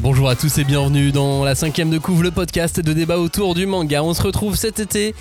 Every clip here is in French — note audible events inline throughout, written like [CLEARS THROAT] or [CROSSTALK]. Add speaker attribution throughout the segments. Speaker 1: Bonjour à tous et bienvenue dans la cinquième de couvre, le podcast de débat autour du manga. On se retrouve cet été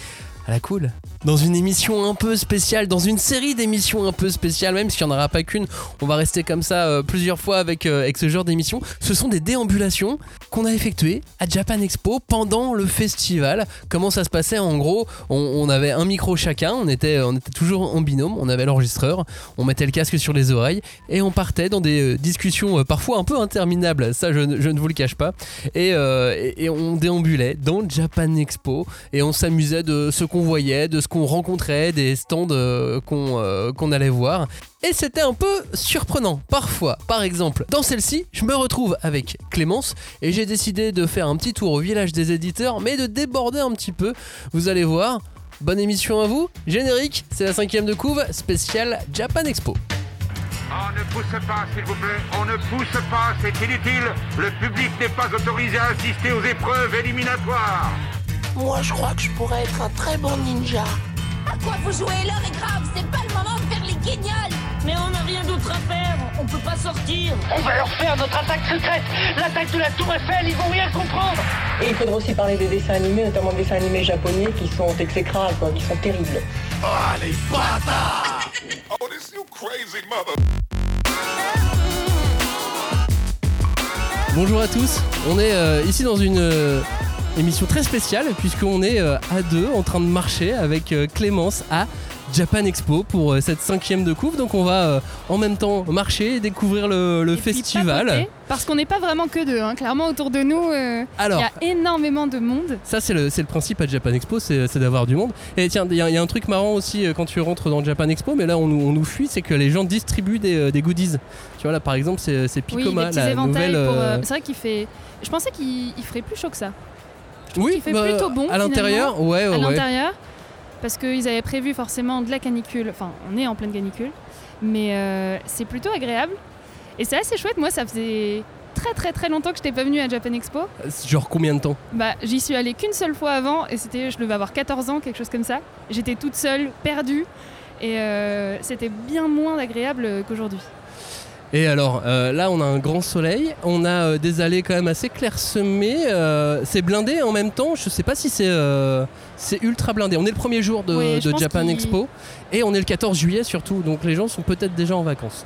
Speaker 1: à la cool. Dans une émission un peu spéciale, dans une série d'émissions un peu spéciales, même s'il n'y en aura pas qu'une, on va rester comme ça euh, plusieurs fois avec, euh, avec ce genre d'émission. Ce sont des déambulations qu'on a effectuées à Japan Expo pendant le festival. Comment ça se passait En gros, on, on avait un micro chacun, on était, on était toujours en binôme, on avait l'enregistreur, on mettait le casque sur les oreilles et on partait dans des euh, discussions euh, parfois un peu interminables, ça je, ne- je ne vous le cache pas. Et, euh, et- et on déambulait dans le Japan Expo et on s'amusait de ce qu'on voyait, de ce qu'on rencontrait, des stands euh, qu'on euh, qu'on allait voir. Et c'était un peu surprenant parfois. Par exemple, dans celle-ci, je me retrouve avec Clémence et j'ai décidé de faire un petit tour au village des éditeurs, mais de déborder un petit peu. Vous allez voir. Bonne émission à vous. Générique, c'est la cinquième de couve spéciale Japan Expo.
Speaker 2: On Ah, ne pousse pas, s'il vous plaît. On ne pousse pas, c'est inutile. Le public n'est pas autorisé à assister aux épreuves éliminatoires.
Speaker 3: Moi, je crois que je pourrais être un très bon ninja.
Speaker 4: À quoi vous jouez L'heure est grave, c'est pas le moment de faire les guignols
Speaker 5: Mais on n'a rien d'autre à faire, on peut pas sortir.
Speaker 6: On va leur faire notre attaque secrète, l'attaque de la Tour Eiffel, ils vont rien comprendre.
Speaker 7: Et il faudra aussi parler des dessins animés, notamment des dessins animés japonais qui sont exécrables, quoi, qui sont terribles.
Speaker 1: Bonjour à tous, on est euh, ici dans une euh, émission très spéciale puisqu'on est euh, à deux en train de marcher avec euh, Clémence à Japan Expo pour euh, cette cinquième de coupe. Donc on va euh, en même temps marcher et découvrir le, le
Speaker 8: Et puis
Speaker 1: festival.
Speaker 8: papoter, parce qu'on n'est pas vraiment que deux. hein. Clairement, autour de nous, euh, il
Speaker 1: Alors,
Speaker 8: y a énormément de monde.
Speaker 1: ça c'est le, c'est le principe à Japan Expo, c'est c'est d'avoir du monde. Et tiens, il y, a- il y a un truc marrant aussi euh, quand tu rentres dans Japan Expo, mais là on, nous- on nous fuit, c'est que les gens distribuent des, euh, des goodies. Tu vois là par exemple c'est c'est
Speaker 8: Oui,
Speaker 1: Picoma,
Speaker 8: des petits
Speaker 1: la nouvelle...
Speaker 8: éventails. pour,
Speaker 1: euh,
Speaker 8: euh, C'est vrai qu'il fait. Je pensais qu'il il ferait plus chaud que ça.
Speaker 1: Oui, bah,
Speaker 8: qu'il fait plutôt bon,
Speaker 1: à l'intérieur, ouais,
Speaker 8: à
Speaker 1: Oh, ouais, ouais.
Speaker 8: l'intérieur, parce qu'ils avaient prévu forcément de la canicule. Enfin, on est en pleine canicule, mais euh, c'est plutôt agréable. Et c'est assez chouette. Moi, ça faisait très très très longtemps que je n'étais pas venue à Japan Expo.
Speaker 1: Genre combien de temps
Speaker 8: Bah, j'y suis allée qu'une seule fois avant et c'était, je devais avoir 14 ans, quelque chose comme ça. J'étais toute seule, perdue et euh, c'était bien moins agréable euh, qu'aujourd'hui.
Speaker 1: Et alors, euh, là, on a un grand soleil, on a euh, des allées quand même assez clairsemées, euh, c'est blindé en même temps, je sais pas si c'est euh, c'est ultra blindé. On est le premier jour de,
Speaker 8: Oui, je
Speaker 1: de
Speaker 8: pense
Speaker 1: Japan
Speaker 8: qu'il-
Speaker 1: Expo, et on est le 14 juillet surtout, donc les gens sont peut-être déjà en vacances.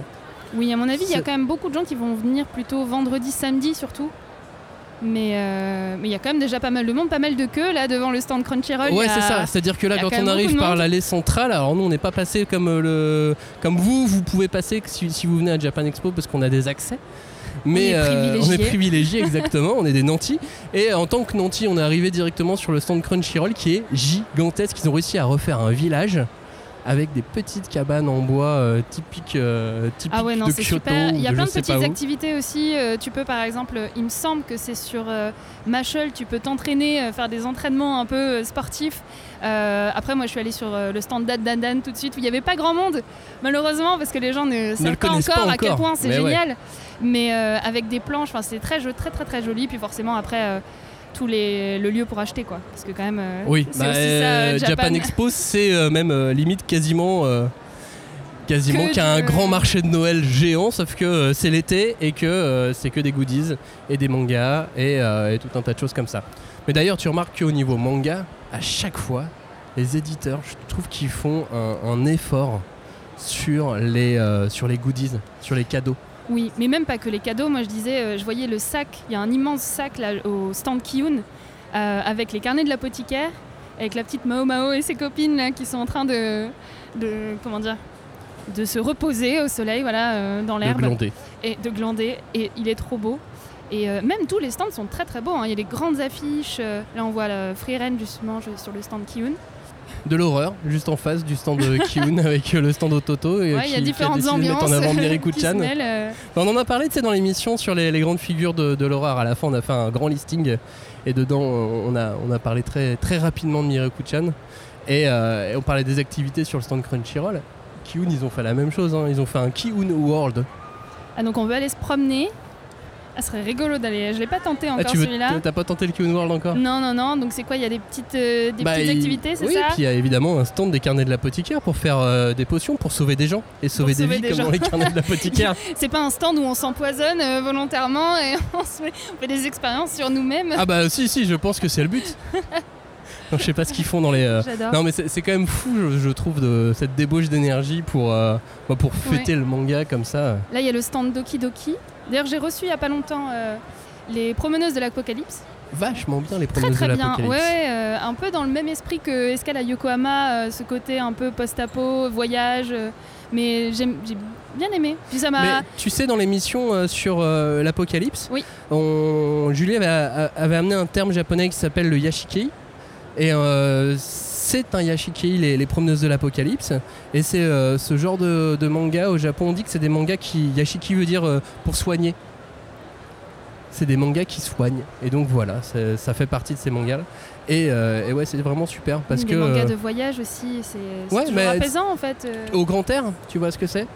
Speaker 8: Oui, à mon avis, il y a
Speaker 1: C'est-
Speaker 8: quand même beaucoup de gens qui vont venir plutôt vendredi, samedi surtout. Mais euh, mais il y a quand même déjà pas mal de monde, pas mal de queues là devant le stand Crunchyroll. il y
Speaker 1: ouais,
Speaker 8: a-
Speaker 1: c'est ça, c'est-à-dire que là,
Speaker 8: il y a
Speaker 1: quand
Speaker 8: quand même
Speaker 1: on arrive
Speaker 8: beaucoup de
Speaker 1: par
Speaker 8: monde.
Speaker 1: l'allée centrale, alors nous, on n'est pas passé comme, euh, le... comme vous, vous pouvez passer que si, si vous venez à Japan Expo parce qu'on a des accès. Mais euh,
Speaker 8: est
Speaker 1: on est
Speaker 8: privilégiés. [LAUGHS]
Speaker 1: privilégiés, exactement, on est des nantis. Et en tant que nantis, on est arrivé directement sur le stand Crunchyroll qui est gigantesque. Ils ont réussi à refaire un village avec des petites cabanes en bois euh, typiques, euh, typiques
Speaker 8: Ah ouais, non,
Speaker 1: de
Speaker 8: c'est
Speaker 1: Kyoto.
Speaker 8: super. Il y a
Speaker 1: de
Speaker 8: plein
Speaker 1: je
Speaker 8: de
Speaker 1: sais
Speaker 8: petites
Speaker 1: pas où.
Speaker 8: activités aussi. Euh, tu peux, par exemple, euh, il me semble que c'est sur euh, Machel, tu peux t'entraîner, euh, faire des entraînements un peu euh, sportifs. Euh, après, moi, je suis allée sur euh, le stand Dan Dan Dan tout de suite où il n'y avait pas grand monde, malheureusement, parce que les gens ne savent
Speaker 1: le
Speaker 8: pas,
Speaker 1: connaissent
Speaker 8: encore
Speaker 1: pas
Speaker 8: à quel
Speaker 1: encore.
Speaker 8: point c'est
Speaker 1: Mais ouais.
Speaker 8: génial. Mais euh, avec des planches, enfin, c'est très, très, très, très joli. Puis forcément, après, euh, tous les le lieu pour acheter, quoi. Parce que quand même, euh,
Speaker 1: Oui,
Speaker 8: c'est
Speaker 1: bah,
Speaker 8: aussi ça,
Speaker 1: euh,
Speaker 8: euh,
Speaker 1: Japan.
Speaker 8: Japan.
Speaker 1: Expo, c'est euh, même euh, limite quasiment. euh, Quasiment
Speaker 8: Que
Speaker 1: qu'un
Speaker 8: du-
Speaker 1: grand marché de Noël géant, sauf que euh, c'est l'été et que euh, c'est que des goodies et des mangas et, euh, et tout un tas de choses comme ça. Mais d'ailleurs, tu remarques qu'au niveau manga, à chaque fois, les éditeurs, je trouve qu'ils font un, un effort sur les, euh, sur les goodies, sur les cadeaux.
Speaker 8: Oui, mais même pas que les cadeaux. Moi, je disais, euh, je voyais le sac. Il y a un immense sac là au stand Kiyun euh, avec les carnets de l'apothicaire, avec la petite Mao Mao et ses copines là, qui sont en train de, de comment dire, de se reposer au soleil, voilà, euh, dans
Speaker 1: Le
Speaker 8: l'herbe
Speaker 1: glandé.
Speaker 8: et de glander. Et il est trop beau. Et euh, même tous les stands sont très très beaux. hein. Il y a des grandes affiches. euh, là, on voit le Freeren justement je- sur le stand Kiyun.
Speaker 1: De l'horreur, juste en face du stand de
Speaker 8: [LAUGHS]
Speaker 1: Kiun avec euh, le stand de Toto. et
Speaker 8: Ouais, il y
Speaker 1: qui-
Speaker 8: a
Speaker 1: qui
Speaker 8: différentes
Speaker 1: décidé de mettre
Speaker 8: ambiances
Speaker 1: en avant
Speaker 8: [LAUGHS] qui se
Speaker 1: Mireille-Chan.
Speaker 8: mêlent, euh,
Speaker 1: On en a parlé tu sais, dans l'émission sur les, les grandes figures de, de l'horreur. À la fin, on a fait un grand listing et dedans, on a, on a parlé très, très rapidement de Miroku-chan. Et, euh, et on parlait des activités sur le stand Crunchyroll. Kiun, ils ont fait la même chose. hein. Ils ont fait un Kiun World.
Speaker 8: Ah, donc on veut aller se promener Ah, ce serait rigolo d'aller. Je l'ai pas tenté encore
Speaker 1: Ah, tu veux-
Speaker 8: celui-là.
Speaker 1: T'as pas tenté le Kiun World encore
Speaker 8: Non, non, non. Donc c'est quoi Il y a des petites, euh, des
Speaker 1: Bah,
Speaker 8: petites
Speaker 1: il-
Speaker 8: activités, c'est
Speaker 1: Oui,
Speaker 8: ça
Speaker 1: et puis il y a évidemment un stand des carnets de l'apothicaire pour faire euh, des potions, pour sauver des gens. Et sauver des
Speaker 8: sauver
Speaker 1: vies
Speaker 8: des
Speaker 1: comme
Speaker 8: gens.
Speaker 1: dans les carnets de
Speaker 8: [LAUGHS]
Speaker 1: l'apothicaire.
Speaker 8: C'est pas un stand où on s'empoisonne euh, volontairement et [LAUGHS] on, se fait, on fait des expériences sur nous-mêmes.
Speaker 1: ah bah si, si, je pense que c'est le
Speaker 8: [LAUGHS]
Speaker 1: but. Non, je sais pas ce qu'ils font dans les... euh,
Speaker 8: J'adore.
Speaker 1: Non mais c'est c'est quand même fou, je, je trouve, de cette débauche d'énergie pour, euh, bah, pour
Speaker 8: Ouais.
Speaker 1: fêter le manga comme ça.
Speaker 8: Là, il y a le stand Doki Doki. D'ailleurs, j'ai reçu il y a pas longtemps euh, les promeneuses de l'apocalypse.
Speaker 1: Vachement bien les
Speaker 8: Très
Speaker 1: promesses
Speaker 8: très
Speaker 1: de
Speaker 8: bien. Ouais,
Speaker 1: l'apocalypse.
Speaker 8: ouais, euh, un peu dans le même esprit que Escale à Yokohama, euh, ce côté un peu post-apo, voyage. euh, mais j'aime- j'ai bien aimé. Puis ça m'a.
Speaker 1: Mais tu sais, dans l'émission euh, sur euh, l'apocalypse,
Speaker 8: Oui.
Speaker 1: on- Julie avait, a- avait amené un terme japonais qui s'appelle le yashikei. Et euh, c'est un yashikei, les, les promeneuses de l'apocalypse. Et c'est euh, ce genre de, de manga au Japon. On dit que c'est des mangas qui. Yashiki veut dire euh, pour soigner. C'est des mangas qui soignent. Et donc voilà, c'est- ça fait partie de ces mangas-là. Et, euh, et ouais, c'est vraiment super parce
Speaker 8: des
Speaker 1: que.
Speaker 8: mangas
Speaker 1: euh,
Speaker 8: de voyage aussi, c'est c'est
Speaker 1: Ouais,
Speaker 8: toujours
Speaker 1: mais- Oh.
Speaker 8: apaisant en fait. euh,
Speaker 1: Au grand air, tu vois ce que c'est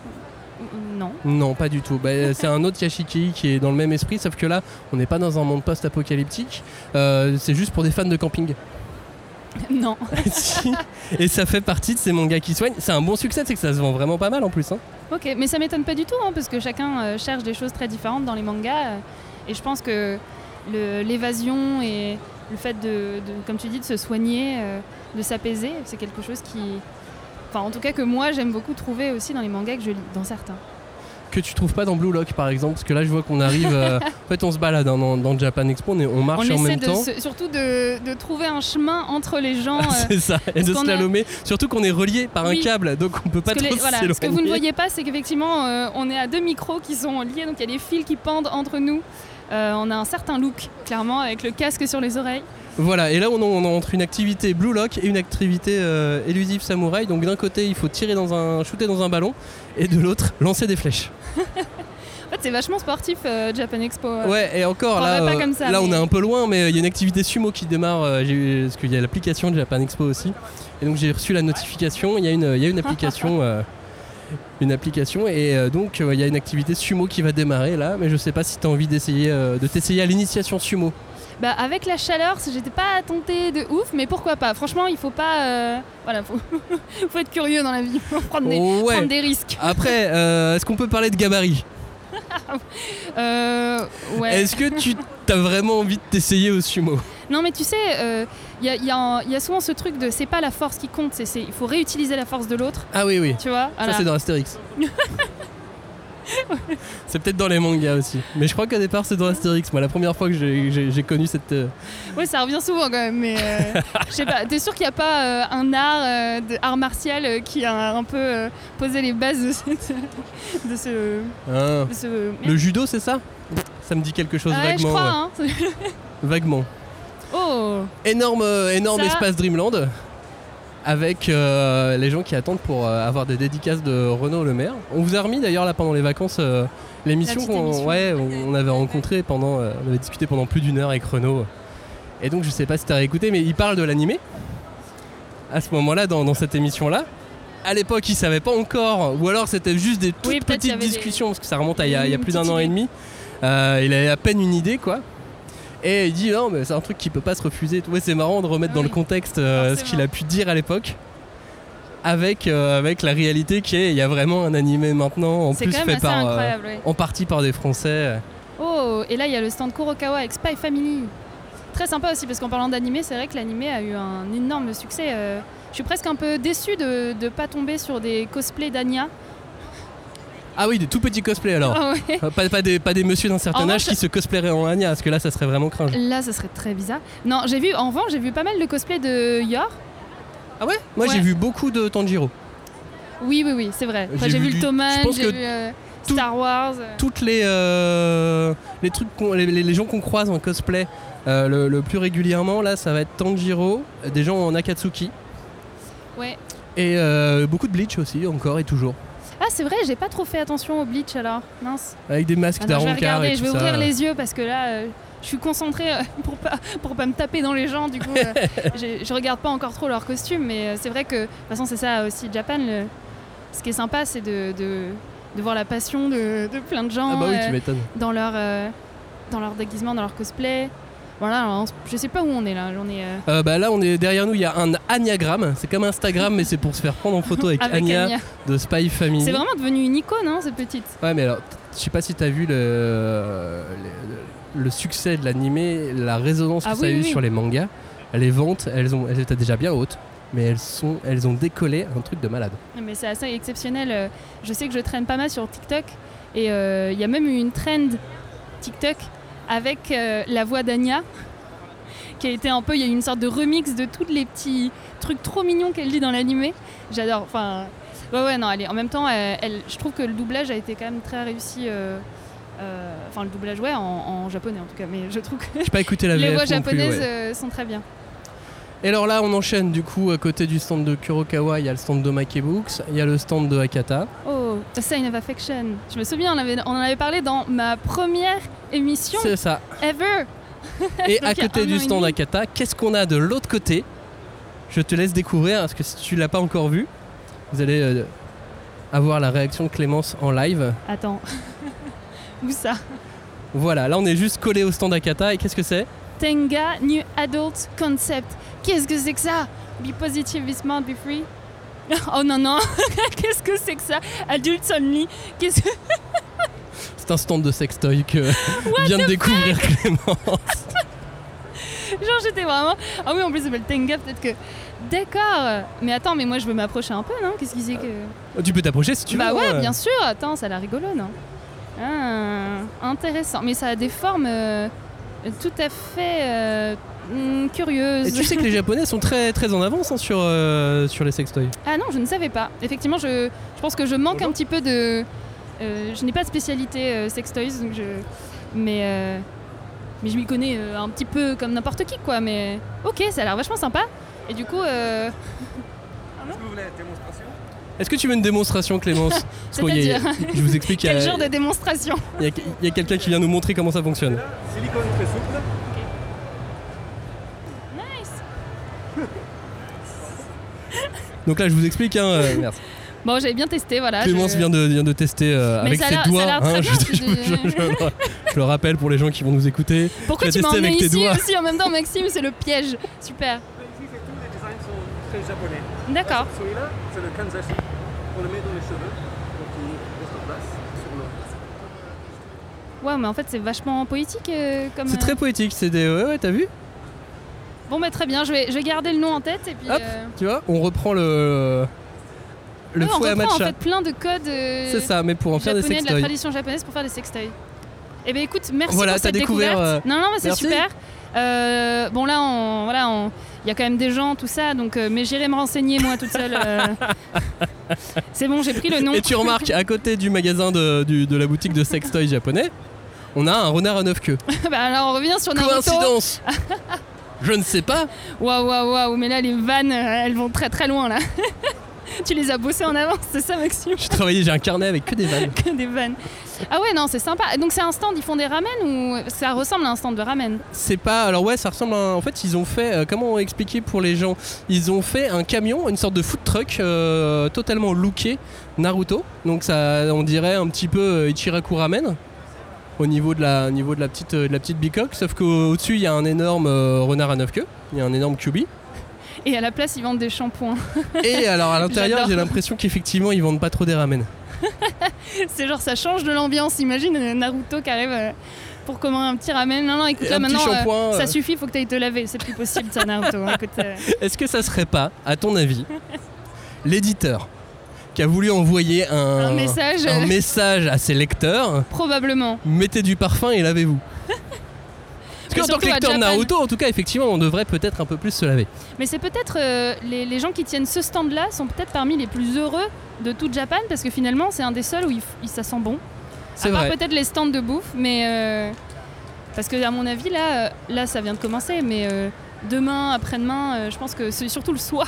Speaker 8: Non. [LAUGHS]
Speaker 1: Non, pas du tout. Bah, c'est un autre Yashiki qui est dans le même esprit, sauf que là, on n'est pas dans un monde post-apocalyptique. Euh, c'est juste pour des fans de camping. [LAUGHS]
Speaker 8: non.
Speaker 1: Si. Et ça fait partie de ces mangas qui soignent. C'est un bon succès, c'est que ça se vend vraiment pas mal en plus. hein.
Speaker 8: Ok, mais ça m'étonne pas du tout, hein, parce que chacun euh, cherche des choses très différentes dans les mangas. euh, et je pense que le- l'évasion et le fait de, de- comme tu dis, de se soigner, euh, de s'apaiser, c'est quelque chose qui. Enfin, en tout cas, que moi, j'aime beaucoup trouver aussi dans les mangas que je lis, dans certains.
Speaker 1: Que tu trouves pas dans Blue Lock par exemple, parce que là, je vois qu'on arrive.
Speaker 8: [LAUGHS]
Speaker 1: euh, en fait, on se balade hein, dans, dans le Japan Expo, on, est- on marche
Speaker 8: On
Speaker 1: en
Speaker 8: essaie
Speaker 1: même [LAUGHS]
Speaker 8: de
Speaker 1: temps.
Speaker 8: se- surtout de, de trouver un chemin entre les
Speaker 1: [LAUGHS]
Speaker 8: gens. euh,
Speaker 1: c'est ça, et de
Speaker 8: qu'on a-
Speaker 1: slalomer. Surtout qu'on est relié par un
Speaker 8: Oui.
Speaker 1: câble, donc on peut pas
Speaker 8: Parce que
Speaker 1: trop [LAUGHS]
Speaker 8: les- voilà, ce que vous ne
Speaker 1: s'éloigner.
Speaker 8: voyez pas, c'est qu'effectivement, euh, on est à deux micros qui sont liés, donc il y a des fils qui pendent entre nous. Euh, on a un certain look, clairement, avec le casque sur les oreilles.
Speaker 1: Voilà, et là on, on entre une activité Blue Lock et une activité euh, élusive samouraï. Donc d'un côté il faut tirer dans un, shooter dans un ballon, et de l'autre [LAUGHS] lancer des flèches.
Speaker 8: En fait, c'est vachement sportif, euh, Japan Expo. euh.
Speaker 1: Ouais, et encore
Speaker 8: On
Speaker 1: là,
Speaker 8: va pas
Speaker 1: euh,
Speaker 8: comme ça,
Speaker 1: là on
Speaker 8: mais-
Speaker 1: est un peu loin, mais euh, il y a une activité sumo qui démarre. euh, j'ai eu- parce qu'il y a l'application de Japan Expo aussi, et donc j'ai reçu la notification. Il y a une, il y a une
Speaker 8: [LAUGHS]
Speaker 1: application. euh, Une application et euh, donc euh, il y a une activité sumo qui va démarrer là, mais je sais pas si t'as envie d'essayer euh, de t'essayer à l'initiation sumo.
Speaker 8: Bah, avec la chaleur, c- j'étais pas tentée de ouf, mais pourquoi pas Franchement, il faut pas. euh, Voilà, faut... [LAUGHS] faut être curieux dans la vie, faut prendre des,
Speaker 1: Oh,
Speaker 8: prendre
Speaker 1: ouais.
Speaker 8: des risques.
Speaker 1: Après, euh, est-ce qu'on peut parler de gabarit
Speaker 8: Euh, ouais.
Speaker 1: Est-ce que tu t'as vraiment envie de t'essayer au sumo
Speaker 8: Non, mais tu sais, euh, il y, a- il y a un- il y a souvent ce truc de c'est pas la force qui compte, c'est- c'est- il faut réutiliser la force de l'autre,
Speaker 1: Ah oui oui.
Speaker 8: tu vois Voilà.
Speaker 1: Ça c'est dans Astérix. [LAUGHS] c'est peut-être dans les mangas aussi. Mais je crois qu'au départ c'est dans Astérix. Moi la première fois que j'ai- j'ai j'ai connu cette... euh,
Speaker 8: Oui, ça revient souvent quand même, mais euh, je sais pas. T'es sûr qu'il n'y a pas euh, un art, euh, de- art martial euh, qui a un peu euh, posé les bases de, cette- de ce.
Speaker 1: hein.
Speaker 8: de ce-
Speaker 1: Le judo c'est ça Ça me dit quelque chose
Speaker 8: Ah ouais, je
Speaker 1: vaguement.
Speaker 8: crois,
Speaker 1: ouais.
Speaker 8: hein.
Speaker 1: Vaguement.
Speaker 8: Oh
Speaker 1: Énorme, euh, énorme
Speaker 8: Ça-
Speaker 1: espace Dreamland. Avec euh, les gens qui attendent pour euh, avoir des dédicaces de Renaud Le Maire. On vous a remis d'ailleurs là pendant les vacances euh, l'émission
Speaker 8: La petite
Speaker 1: qu'on
Speaker 8: émission.
Speaker 1: ouais, on on avait rencontré pendant, euh, on avait discuté pendant plus d'une heure avec Renaud. Et donc je sais pas si t'as réécouté, mais il parle de l'animé à ce moment-là dans, dans cette émission-là. À l'époque, il savait pas encore, ou alors c'était juste des toutes
Speaker 8: Oui, peut-être qu'il
Speaker 1: petites
Speaker 8: y avait des-
Speaker 1: discussions parce que ça remonte à il y a, il y a
Speaker 8: Une
Speaker 1: plus d'un
Speaker 8: petite
Speaker 1: an et
Speaker 8: idée.
Speaker 1: demi. Euh, il avait à peine une idée quoi. Et il dit non mais c'est un truc qui peut pas se refuser. Ouais c'est marrant de remettre dans
Speaker 8: Oui.
Speaker 1: le contexte euh, ce
Speaker 8: Forcément.
Speaker 1: qu'il a pu dire à l'époque avec, euh, avec la réalité qui est il y a vraiment un animé maintenant en
Speaker 8: C'est
Speaker 1: plus
Speaker 8: quand même
Speaker 1: fait
Speaker 8: assez
Speaker 1: par euh,
Speaker 8: incroyable, ouais.
Speaker 1: en partie par des Français.
Speaker 8: Oh Et là, il y a le stand Kurokawa avec Spy Family. Très sympa aussi, parce qu'en parlant d'animé, c'est vrai que l'animé a eu un énorme succès. euh. je suis presque un peu déçue de ne pas tomber sur des cosplays d'Anya.
Speaker 1: Ah oui des tout petits cosplays alors.
Speaker 8: Ah ouais.
Speaker 1: Euh, Pas, pas des, pas des messieurs d'un certain
Speaker 8: En
Speaker 1: âge
Speaker 8: revanche-
Speaker 1: qui se cosplayeraient en Anya, parce que là ça serait vraiment cringe.
Speaker 8: Là, ça serait très bizarre. Non, j'ai vu, en revanche, j'ai vu pas mal de cosplays de Yor.
Speaker 1: Ah ouais Moi j'ai
Speaker 8: Euh, Ouais.
Speaker 1: vu beaucoup de Tanjiro.
Speaker 8: Oui, oui, oui, c'est vrai. Après,
Speaker 1: J'ai
Speaker 8: j'ai
Speaker 1: vu
Speaker 8: vu
Speaker 1: du-
Speaker 8: le
Speaker 1: je
Speaker 8: Thomas,
Speaker 1: pense que
Speaker 8: j'ai vu euh,
Speaker 1: tout-
Speaker 8: Star Wars. euh.
Speaker 1: Toutes les, euh, les trucs qu'on- les, les- les gens qu'on croise en cosplay euh, le, le plus régulièrement, là ça va être Tanjiro, euh, des gens en Akatsuki.
Speaker 8: Ouais.
Speaker 1: Et euh, beaucoup de Bleach aussi, encore et toujours.
Speaker 8: Ah, c'est vrai, j'ai pas trop fait attention au Bleach alors. Mince.
Speaker 1: Avec des masques
Speaker 8: Attends, Ah bah, je vais
Speaker 1: d'Aroncar et
Speaker 8: regarder,
Speaker 1: tout
Speaker 8: je vais
Speaker 1: ça.
Speaker 8: ouvrir les yeux parce que là, euh, je suis concentrée euh, [LAUGHS] pour pas, pour pas me taper dans les gens. Du coup, euh,
Speaker 1: [LAUGHS]
Speaker 8: j'ai- je regarde pas encore trop leurs costumes, mais euh, c'est vrai que de toute façon, c'est ça aussi Japan. le- Ce qui est sympa, c'est de, de, de voir la passion de, de plein de gens
Speaker 1: Ah bah oui,
Speaker 8: euh,
Speaker 1: tu m'étonnes.
Speaker 8: dans leur. euh, dans leur déguisement, dans leur cosplay. Voilà, alors, on s- je sais pas où on est là. On est euh,
Speaker 1: Euh, bah là, on est derrière nous, il y a un Agnagramme. C'est comme
Speaker 8: [LAUGHS]
Speaker 1: Instagram, mais c'est pour se faire prendre en photo avec,
Speaker 8: avec
Speaker 1: Anya,
Speaker 8: Anya.
Speaker 1: de Spy Family.
Speaker 8: C'est vraiment devenu une icône, hein, cette petite.
Speaker 1: Ouais, mais alors, je sais pas si t'as vu le, le, le succès de l'animé, la résonance
Speaker 8: Ah
Speaker 1: que ça
Speaker 8: oui,
Speaker 1: a eu
Speaker 8: oui, oui.
Speaker 1: sur les mangas. Les ventes, elles, ont, elles étaient déjà bien hautes, mais elles, sont, elles ont décollé un truc de malade.
Speaker 8: Mais c'est assez exceptionnel. euh, Je sais que je traîne pas mal sur TikTok et euh, il y a même eu une trend TikTok avec euh, la voix d'Anya [LAUGHS] qui a été un peu. Il y a eu une sorte de remix de tous les petits trucs trop mignons qu'elle dit dans l'animé. J'adore. Enfin, ouais, ouais, non, elle est- En même temps, elle- elle- je trouve que le doublage a été quand même très réussi. euh, euh, Enfin, le doublage, ouais, en, en japonais en tout cas, mais je trouve que
Speaker 1: J'ai pas écouté la
Speaker 8: [LAUGHS] les
Speaker 1: VF
Speaker 8: voix
Speaker 1: non plus,
Speaker 8: japonaises
Speaker 1: ouais.
Speaker 8: euh, sont très bien.
Speaker 1: Et alors là, on enchaîne du coup à côté du stand de Kurokawa, il y a le stand de Make Books, il y a le stand de Hakata.
Speaker 8: Oh, A Sign of Affection. Je me souviens, on, avait- on en avait parlé dans ma première émission
Speaker 1: C'est
Speaker 8: [LAUGHS]
Speaker 1: ça.
Speaker 8: ever.
Speaker 1: Et à
Speaker 8: Donc, il y a
Speaker 1: côté
Speaker 8: un an
Speaker 1: du
Speaker 8: et
Speaker 1: stand
Speaker 8: demi.
Speaker 1: Akata, qu'est-ce qu'on a de l'autre côté Je te laisse découvrir, parce que si tu l'as pas encore vu, vous allez euh, avoir la réaction de Clémence en live.
Speaker 8: Attends. [LAUGHS] Où ça
Speaker 1: Voilà, là on est juste collé au stand Akata, et qu'est-ce que c'est
Speaker 8: Tenga New Adult Concept. Qu'est-ce que c'est que ça Be positive this month, be free. [LAUGHS] Oh non, non. [LAUGHS] Qu'est-ce que c'est que ça Adults only. Qu'est-ce que... [LAUGHS]
Speaker 1: C'est un stand de sextoy que vient de découvrir Clémence.
Speaker 8: Genre, j'étais vraiment. Ah oui, en plus, ça s'appelle Tenga, peut-être que. D'accord. Mais attends, mais moi, je veux m'approcher un peu, non Qu'est-ce qu'il dit que.
Speaker 1: tu peux t'approcher si tu
Speaker 8: bah
Speaker 1: veux.
Speaker 8: ouais,
Speaker 1: hein.
Speaker 8: bien sûr. Attends, ça a l'air rigolo, non Ah, Intéressant. Mais ça a des formes euh, tout à fait euh, hmm, curieuses.
Speaker 1: Et tu sais que les Japonais sont très, très en avance hein, sur, euh, sur les sextoys.
Speaker 8: [LAUGHS] Ah non, je ne savais pas. Effectivement, je, je pense que je manque un petit peu de... euh, je n'ai pas de spécialité euh, sextoys, donc je... Mais, euh, mais je m'y connais euh, un petit peu comme n'importe qui, quoi. Mais ok, ça a l'air vachement sympa. Et du coup, euh,
Speaker 1: Est-ce que tu veux une démonstration,
Speaker 8: [LAUGHS]
Speaker 1: Clémence Parce qu'il y a- Je vous explique, il y
Speaker 8: quel
Speaker 1: a-
Speaker 8: genre de démonstration
Speaker 1: il y a, il y a quelqu'un qui vient nous montrer comment ça fonctionne.
Speaker 9: Silicone très souple.
Speaker 1: Donc là, je vous explique. Hein, euh, merci.
Speaker 8: Bon, j'avais bien testé, voilà.
Speaker 1: Clémence
Speaker 8: Ah, je-
Speaker 1: vient, de, vient de tester euh,
Speaker 8: Mais
Speaker 1: avec
Speaker 8: ça a
Speaker 1: ses
Speaker 8: l'air- ça a
Speaker 1: doigts.
Speaker 8: l'air très
Speaker 1: je,
Speaker 8: bien,
Speaker 1: je-
Speaker 8: je-
Speaker 1: je- je- je le rappelle pour les gens qui vont nous écouter.
Speaker 8: Pourquoi
Speaker 1: tu
Speaker 8: tu
Speaker 1: l'as
Speaker 8: m'as
Speaker 1: testé
Speaker 8: emmené
Speaker 1: avec tes
Speaker 8: ici
Speaker 1: doigts.
Speaker 8: aussi en même temps, Maxime C'est le piège. Super.
Speaker 9: Bah, Ici, c'est tous les designs sont très japonais.
Speaker 8: D'accord.
Speaker 9: Celui-là, c'est le kanzashi. On le met dans les cheveux pour qu'il reste en place sur l'eau.
Speaker 8: Ouais, mais en fait, c'est vachement poétique euh, comme...
Speaker 1: C'est
Speaker 8: euh,
Speaker 1: très poétique, c'est des. Ouais, ouais, t'as vu
Speaker 8: Bon, bah très bien, je vais, je vais garder le nom en tête et puis...
Speaker 1: Hop.
Speaker 8: euh,
Speaker 1: Tu vois, on reprend le. Le
Speaker 8: ouais, on
Speaker 1: fouet à
Speaker 8: reprend,
Speaker 1: matcha.
Speaker 8: en fait plein de codes... euh,
Speaker 1: C'est ça, mais pour en faire des
Speaker 8: japonais de la
Speaker 1: sextoys.
Speaker 8: tradition japonaise pour faire des sextoys. Eh ben écoute, merci
Speaker 1: Voilà,
Speaker 8: pour
Speaker 1: t'as
Speaker 8: cette
Speaker 1: découvert,
Speaker 8: découverte. Non, non, mais c'est
Speaker 1: merci.
Speaker 8: super. Euh, bon là, on, voilà, on- il y a quand même des gens, tout ça, donc euh, mais j'irai me renseigner moi toute seule. euh.
Speaker 1: [LAUGHS]
Speaker 8: c'est bon, j'ai pris le nom.
Speaker 1: Et tu remarques, à côté du magasin de, du- de la boutique de sextoys japonais, on a un renard à neuf queues.
Speaker 8: [LAUGHS] bah, alors on revient sur Naruto.
Speaker 1: Coïncidence Je ne sais pas.
Speaker 8: Waouh, waouh, waouh, mais là les vannes, euh, elles vont très très loin là. [LAUGHS] tu les as bossées en avance, c'est ça Maxime
Speaker 1: J'ai travaillé, j'ai un carnet avec que des vannes.
Speaker 8: Que des vannes. Ah ouais, non, c'est sympa. Donc c'est un stand, ils font des ramen ou ça ressemble à un stand de ramen
Speaker 1: C'est pas. Alors ouais, ça ressemble à. un- En fait, ils ont fait. euh, comment expliquer pour les gens Ils ont fait un camion, une sorte de food truck euh, totalement looké Naruto. Donc ça, on dirait un petit peu euh, Ichiraku Ramen au niveau de la, au niveau de la petite, euh, de la petite bicoque. Sauf qu'au-dessus, il y a un énorme euh, renard à neuf queues. Il y a un énorme cubi.
Speaker 8: [LAUGHS] et à la place ils vendent des shampoings.
Speaker 1: Et alors à l'intérieur,
Speaker 8: J'adore.
Speaker 1: j'ai l'impression qu'effectivement, ils vendent pas trop des ramen.
Speaker 8: C'est genre ça change de l'ambiance. Imagine euh, Naruto qui arrive euh, pour commander un petit ramen. Non, non, écoute,
Speaker 1: Et
Speaker 8: là
Speaker 1: un petit
Speaker 8: maintenant, euh,
Speaker 1: shampoing, euh.
Speaker 8: ça suffit, faut que t'ailles te laver. C'est plus possible, ça, Naruto. hein, écoute, euh.
Speaker 1: Est-ce que ça serait pas, à ton avis, l'éditeur qui a voulu envoyer [LAUGHS] un,
Speaker 8: Un message,
Speaker 1: un
Speaker 8: euh.
Speaker 1: message à ses lecteurs
Speaker 8: probablement.
Speaker 1: mettez du parfum et lavez-vous.
Speaker 8: Et
Speaker 1: Parce qu'en tant que
Speaker 8: surtout à
Speaker 1: lecteur de
Speaker 8: Japan.
Speaker 1: Naruto, en tout cas, effectivement, on devrait peut-être un peu plus se laver.
Speaker 8: Mais c'est peut-être euh, les, les gens qui tiennent ce stand-là sont peut-être parmi les plus heureux de tout Japan parce que finalement, c'est un des seuls où il, f- il- ça sent bon.
Speaker 1: C'est
Speaker 8: à part
Speaker 1: vrai.
Speaker 8: peut-être les stands de bouffe, mais. euh, parce que, à mon avis, là, euh, là ça vient de commencer, mais. euh, Demain, après-demain, euh, je pense que c'est surtout le soir.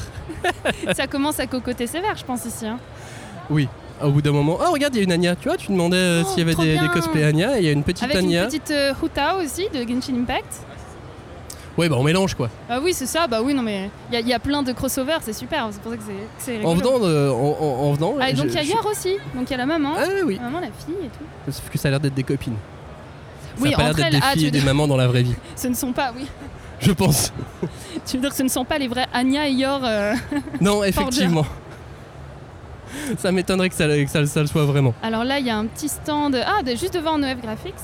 Speaker 8: [LAUGHS] ça commence à cocoter sévère, je pense, ici. hein.
Speaker 1: Au bout d'un moment, oh regarde, il y a une Anya. Tu vois, tu demandais euh,
Speaker 8: Oh,
Speaker 1: s'il y avait
Speaker 8: trop
Speaker 1: des, des
Speaker 8: bien.
Speaker 1: cosplays Anya. et Il y a une petite
Speaker 8: Avec
Speaker 1: Anya.
Speaker 8: une petite euh, Huta aussi de Genshin Impact.
Speaker 1: Ouais, bah on mélange quoi.
Speaker 8: Ah oui, c'est ça, bah oui, non mais il y, a- il y a plein de crossovers, c'est super, c'est pour ça que c'est- que c'est rigolo.
Speaker 1: En venant, de- en, en- en venant.
Speaker 8: Ah, et donc il y a
Speaker 1: je-
Speaker 8: Yor aussi, donc il y a la maman,
Speaker 1: Ah oui,
Speaker 8: la maman, la fille et tout.
Speaker 1: sauf que ça a l'air d'être des copines.
Speaker 8: Oui,
Speaker 1: ça a pas l'air
Speaker 8: entre
Speaker 1: d'être des
Speaker 8: elles.
Speaker 1: filles
Speaker 8: Ah, tu
Speaker 1: et
Speaker 8: veux
Speaker 1: des
Speaker 8: dire-
Speaker 1: mamans dans la vraie vie.
Speaker 8: Ce ne sont pas, oui. [LAUGHS]
Speaker 1: Je pense.
Speaker 8: Tu veux dire que ce ne sont pas les vrais Anya et Yor euh,
Speaker 1: Non, effectivement. Ça m'étonnerait que, ça, que ça- ça le soit vraiment.
Speaker 8: Alors là, il y a un petit stand. Ah, de- juste devant Noev Graphics.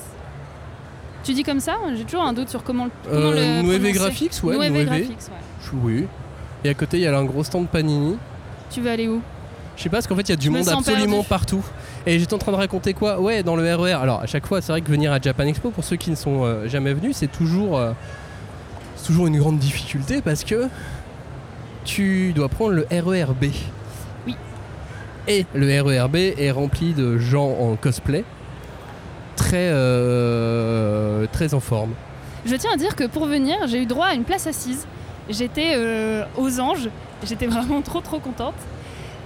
Speaker 8: Tu dis comme ça J'ai toujours un doute sur comment, le- comment
Speaker 1: Euh,
Speaker 8: le.
Speaker 1: Noévé
Speaker 8: prononcer.
Speaker 1: Graphics, ouais,
Speaker 8: Noévé
Speaker 1: Noévé.
Speaker 8: Graphics, ouais.
Speaker 1: Oui. Et à côté, il y a un gros stand Panini.
Speaker 8: Tu veux aller où
Speaker 1: Je sais pas, parce qu'en fait, il y a du
Speaker 8: Je me
Speaker 1: monde
Speaker 8: sens
Speaker 1: absolument
Speaker 8: perdue.
Speaker 1: partout. Et j'étais en train de raconter quoi Ouais, dans le RER. Alors, à chaque fois, c'est vrai que venir à Japan Expo, pour ceux qui ne sont euh, jamais venus, c'est toujours, euh, c'est toujours une grande difficulté parce que tu dois prendre le RERB.
Speaker 8: Oui.
Speaker 1: Et le RERB est rempli de gens en cosplay, très, euh, très en forme.
Speaker 8: Je tiens à dire que pour venir, j'ai eu droit à une place assise. J'étais euh, aux anges. J'étais vraiment trop trop contente.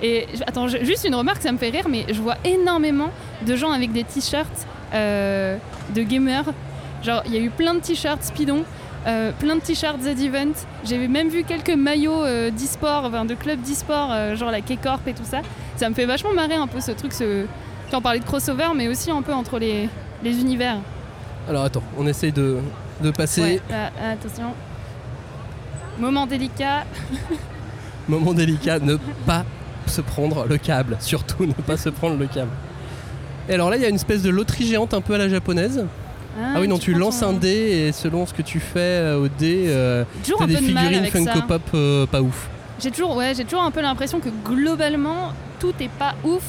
Speaker 8: Et je- attends, je- juste une remarque, ça me fait rire, mais je vois énormément de gens avec des t-shirts euh, de gamers. Genre, il y a eu plein de t-shirts Speedon, euh, plein de t-shirts Z-Event. J'ai même vu quelques maillots euh, d'e-sport, enfin, de clubs d'e-sport, euh, genre la K-Corp et tout ça. Ça me fait vachement marrer un peu ce truc, ce... tu en parlais de crossover, mais aussi un peu entre les, les univers.
Speaker 1: Alors, attends, on essaye de, de passer.
Speaker 8: Ouais, là, attention. Moment délicat.
Speaker 1: Moment délicat, ne pas se prendre le câble, surtout ne pas se prendre le câble. Et alors là, il y a une espèce de loterie géante un peu à la japonaise. Ah, oui, non, tu
Speaker 8: hein, prends
Speaker 1: lances
Speaker 8: ton-
Speaker 1: un dé et selon ce que tu fais euh, au dé, euh,
Speaker 8: J'ai Toujours
Speaker 1: t'as
Speaker 8: un
Speaker 1: des
Speaker 8: peu de mal
Speaker 1: figurines
Speaker 8: avec
Speaker 1: Funko
Speaker 8: ça.
Speaker 1: Pop euh, pas ouf.
Speaker 8: J'ai toujours, ouais, j'ai toujours un peu l'impression que globalement tout est pas ouf,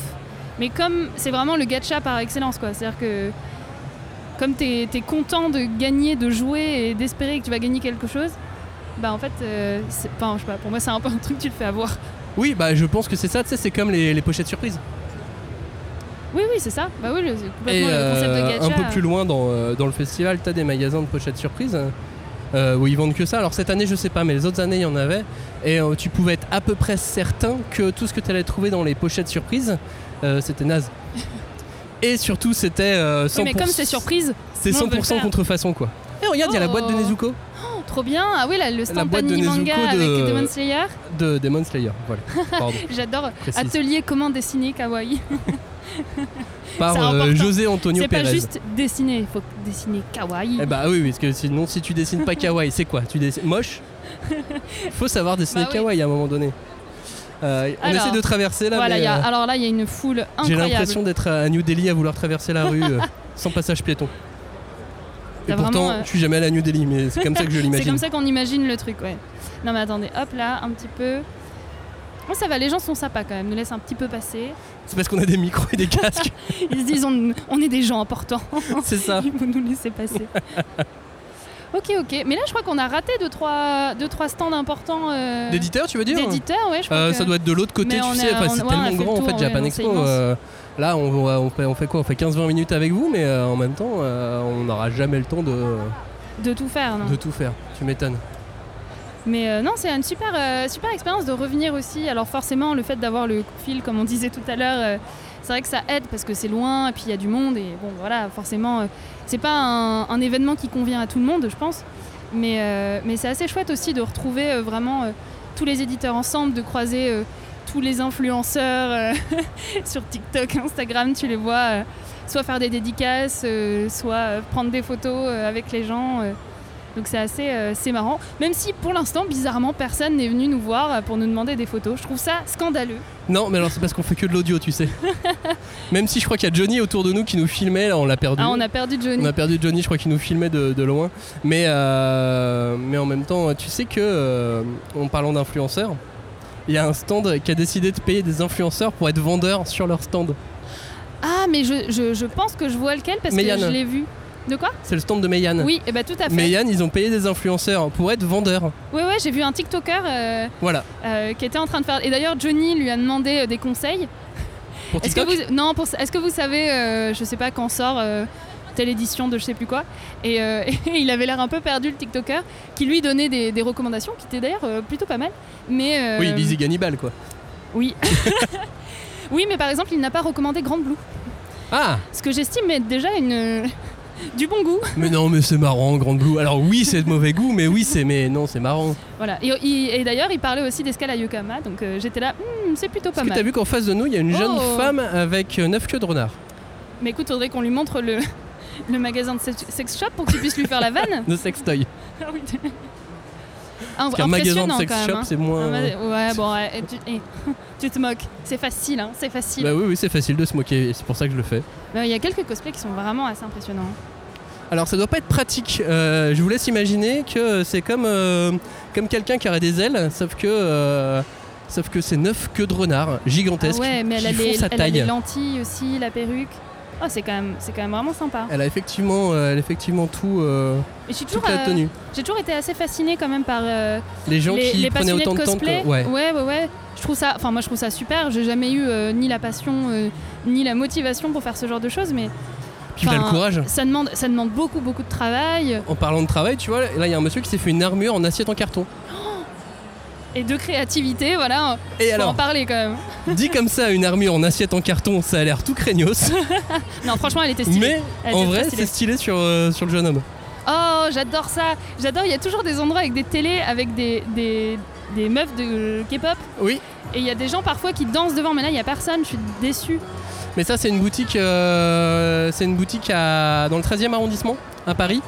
Speaker 8: mais comme c'est vraiment le gacha par excellence, quoi. C'est-à-dire que comme t'es es content de gagner, de jouer et d'espérer que tu vas gagner quelque chose, bah en fait, euh, c'est- enfin, je sais pas. Pour moi, c'est un peu un truc que tu te fais avoir.
Speaker 1: Oui, bah je pense que c'est ça, tu sais, c'est comme les, les pochettes surprises.
Speaker 8: Oui, oui, c'est ça. Bah oui, le, c'est complètement
Speaker 1: Et
Speaker 8: le concept
Speaker 1: euh,
Speaker 8: de gacha.
Speaker 1: un peu plus loin dans, euh, dans le festival, t'as des magasins de pochettes surprises euh, où ils vendent que ça. Alors cette année, je sais pas, mais les autres années, il y en avait. Et euh, tu pouvais être à peu près certain que tout ce que t'allais trouver dans les pochettes surprises, euh, c'était
Speaker 8: [LAUGHS]
Speaker 1: naze. Et surtout, c'était euh, 100%.
Speaker 8: Oui, mais comme c'est surprise,
Speaker 1: c'est
Speaker 8: nous, on veut le
Speaker 1: 100%
Speaker 8: faire.
Speaker 1: contrefaçon quoi. Et Eh, regarde, il y a la boîte de
Speaker 8: Oh.
Speaker 1: Nezuko
Speaker 8: oh, trop bien. Ah oui, là, le stand
Speaker 1: boîte de
Speaker 8: Panini manga
Speaker 1: Nezuko de-
Speaker 8: avec Demon Slayer.
Speaker 1: de Demon Slayer.
Speaker 8: [LAUGHS]
Speaker 1: Voilà. Pardon.
Speaker 8: J'adore.
Speaker 1: Précise.
Speaker 8: Atelier comment dessiner kawaii.
Speaker 1: Par
Speaker 8: c'est
Speaker 1: euh,
Speaker 8: important.
Speaker 1: José Antonio
Speaker 8: C'est pas
Speaker 1: Pérez.
Speaker 8: juste dessiner, il faut dessiner kawaii.
Speaker 1: Eh bah oui, parce que sinon, si tu dessines pas kawaii, c'est quoi Tu dessines moche Faut savoir dessiner
Speaker 8: Bah oui.
Speaker 1: kawaii à un moment donné. Euh, on
Speaker 8: Alors,
Speaker 1: essaie de traverser là,
Speaker 8: voilà,
Speaker 1: mais,
Speaker 8: il y a-
Speaker 1: euh,
Speaker 8: alors là, il y a une foule
Speaker 1: j'ai
Speaker 8: incroyable.
Speaker 1: l'impression d'être à New Delhi à vouloir traverser la rue euh, sans passage piéton. Et
Speaker 8: T'as
Speaker 1: pourtant,
Speaker 8: vraiment, euh,
Speaker 1: je suis jamais allé à New Delhi, mais c'est comme ça que je
Speaker 8: [LAUGHS] C'est comme
Speaker 1: l'imagine.
Speaker 8: ça qu'on imagine le truc, ouais. Non, mais attendez, hop là, un petit peu. Bon, ça va, les gens sont sympas quand même, nous laissent un petit peu passer.
Speaker 1: C'est parce qu'on a des micros
Speaker 8: [LAUGHS] Euh,
Speaker 1: et des casques,
Speaker 8: Ils se disent, on, on est des gens importants,
Speaker 1: [LAUGHS] c'est ça.
Speaker 8: [LAUGHS] ils vont nous
Speaker 1: [LAUGHS]
Speaker 8: laisser passer. ok, ok. Mais là, je crois qu'on a raté 2-3 deux, trois, deux, trois stands importants euh,
Speaker 1: D'éditeur, tu veux dire
Speaker 8: d'éditeurs, ouais, je crois.
Speaker 1: Euh,
Speaker 8: que-
Speaker 1: Ça doit être de l'autre côté, tu
Speaker 8: Mais on
Speaker 1: sais.
Speaker 8: a-
Speaker 1: enfin,
Speaker 8: on-
Speaker 1: c'est
Speaker 8: ouais, on a
Speaker 1: tellement
Speaker 8: fait le
Speaker 1: grand en
Speaker 8: tour,
Speaker 1: fait,
Speaker 8: ouais,
Speaker 1: Japan
Speaker 8: non, c'est
Speaker 1: Expo.
Speaker 8: immense.
Speaker 1: euh, là, on, va- on fait, on fait quoi On fait 15-20 minutes avec vous, mais euh, en même temps, euh, on n'aura jamais le temps de,
Speaker 8: de tout faire, non
Speaker 1: de tout faire. Tu m'étonnes.
Speaker 8: Mais euh, non, c'est une super, euh, super expérience de revenir aussi. Alors forcément, le fait d'avoir le coup de fil, comme on disait tout à l'heure, euh, c'est vrai que ça aide parce que c'est loin et puis il y a du monde. Et bon, voilà, forcément, euh, c'est pas un, un événement qui convient à tout le monde, je pense. Mais, euh, mais c'est assez chouette aussi de retrouver euh, vraiment euh, tous les éditeurs ensemble, de croiser euh, tous les influenceurs euh, [LAUGHS] sur TikTok, Instagram, tu les vois. euh, soit faire des dédicaces, euh, soit euh, prendre des photos euh, avec les gens. euh. Donc c'est assez euh, c'est marrant. Même si pour l'instant, bizarrement, personne n'est venu nous voir euh, pour nous demander des photos. Je trouve ça scandaleux.
Speaker 1: Non, mais alors c'est parce qu'on fait que de l'audio, tu sais.
Speaker 8: [LAUGHS]
Speaker 1: même si je crois qu'il y a Johnny autour de nous qui nous filmait, là, on l'a perdu.
Speaker 8: Ah, on a perdu Johnny.
Speaker 1: On a perdu Johnny, je crois qu'il nous filmait de, de loin. Mais, euh, mais en même temps, tu sais que, euh, en parlant d'influenceurs, il y a un stand qui a décidé de payer des influenceurs pour être vendeurs sur leur stand.
Speaker 8: Ah, mais je, je- je pense que je vois lequel parce
Speaker 1: Meyane.
Speaker 8: que je l'ai vu. De quoi
Speaker 1: C'est le stand de Meyane.
Speaker 8: Oui, et bah tout à fait.
Speaker 1: Meyane, ils ont payé des influenceurs pour être vendeurs.
Speaker 8: Ouais, ouais, j'ai vu un TikToker euh,
Speaker 1: Voilà.
Speaker 8: euh, qui était en train de faire. Et d'ailleurs, Johnny lui a demandé euh, des conseils.
Speaker 1: Pour
Speaker 8: Est-ce que
Speaker 1: TikTok,
Speaker 8: vous non pour est-ce que vous savez euh, je sais pas quand sort euh, telle édition de je sais plus quoi et, euh, [LAUGHS] et il avait l'air un peu perdu le TikToker qui lui donnait des, des recommandations qui étaient d'ailleurs euh, plutôt pas mal mais euh,
Speaker 1: Oui, Lizzie Gannibal,
Speaker 8: [LAUGHS]
Speaker 1: quoi.
Speaker 8: oui oui mais par exemple il n'a pas recommandé Grande Blue
Speaker 1: Ah
Speaker 8: ce que j'estime être déjà une [LAUGHS] du bon goût
Speaker 1: Mais non, mais c'est marrant, Grande Blue. Alors oui, c'est de mauvais goût, mais oui, c'est... Mais non, c'est marrant.
Speaker 8: voilà et, il- et d'ailleurs il parlait aussi d'escale à Yokohama donc euh, j'étais là Hmm, c'est plutôt pas
Speaker 1: Est-ce que t'as
Speaker 8: mal
Speaker 1: vu qu'en face de nous, il y a une jeune
Speaker 8: Oh.
Speaker 1: femme avec euh, neuf queues de renard
Speaker 8: mais écoute faudrait qu'on lui montre le [LAUGHS] le magasin de sex sex shop pour que tu puisses lui faire
Speaker 1: [LAUGHS]
Speaker 8: la vanne
Speaker 1: de sextoy.
Speaker 8: Ah oui. Un,
Speaker 1: Parce qu'un magasin de
Speaker 8: impressionnant,
Speaker 1: sex
Speaker 8: quand
Speaker 1: shop,
Speaker 8: même, hein.
Speaker 1: c'est moins.
Speaker 8: Un ma- Ouais, bon, ouais, et tu, et [LAUGHS] tu te moques. C'est facile, hein, c'est facile.
Speaker 1: Bah
Speaker 8: Bah,
Speaker 1: oui, oui, c'est facile de se moquer, et c'est pour ça que je le fais.
Speaker 8: Il y a quelques cosplays qui sont vraiment assez impressionnants.
Speaker 1: Alors ça doit pas être pratique. Euh, je vous laisse imaginer que c'est comme, euh, comme quelqu'un qui aurait des ailes, sauf que euh, sauf que c'est neuf queues de renard
Speaker 8: Ah
Speaker 1: gigantesques
Speaker 8: ouais, mais elle,
Speaker 1: qui
Speaker 8: a
Speaker 1: font
Speaker 8: les,
Speaker 1: sa
Speaker 8: elle a
Speaker 1: taille.
Speaker 8: les lentilles aussi, la perruque. Oh, c'est quand, même- c'est quand même vraiment sympa.
Speaker 1: Elle a effectivement, euh, elle a effectivement tout, euh,
Speaker 8: Et je suis
Speaker 1: toute
Speaker 8: toujours,
Speaker 1: la
Speaker 8: euh,
Speaker 1: tenue.
Speaker 8: j'ai toujours été assez fascinée quand même par euh,
Speaker 1: Les gens
Speaker 8: les,
Speaker 1: qui
Speaker 8: les
Speaker 1: prenaient
Speaker 8: passionnés
Speaker 1: autant
Speaker 8: de
Speaker 1: de temps
Speaker 8: cosplay.
Speaker 1: que... Ouais.
Speaker 8: ouais, ouais, ouais. Je trouve ça, enfin moi je trouve ça super. J'ai jamais eu euh, ni la passion euh, ni la motivation pour faire ce genre de choses, mais
Speaker 1: Puis il a le
Speaker 8: Enfin,
Speaker 1: courage.
Speaker 8: ça demande, ça demande beaucoup, beaucoup de travail
Speaker 1: En parlant de travail, tu vois, là il y a un monsieur qui s'est fait une armure en assiette en carton.
Speaker 8: et de créativité, voilà.
Speaker 1: Et
Speaker 8: Faut en
Speaker 1: alors,
Speaker 8: parler quand même.
Speaker 1: dit comme ça, une armure en assiette en carton, ça a l'air tout [LAUGHS] craignos,
Speaker 8: Non, franchement, elle était stylée.
Speaker 1: mais
Speaker 8: Elle
Speaker 1: en
Speaker 8: était
Speaker 1: vrai
Speaker 8: très stylée.
Speaker 1: Ah, c'est stylé sur, euh, sur le jeune homme.
Speaker 8: Oh, j'adore ça. J'adore. Il y a toujours des endroits avec des télés, avec des, des, des meufs de K-pop.
Speaker 1: Oui.
Speaker 8: Et il y a des gens parfois qui dansent devant, mais là il y a personne. Je suis déçue.
Speaker 1: Mais ça, c'est une boutique, euh, c'est une boutique à- dans le 13e arrondissement, à Paris.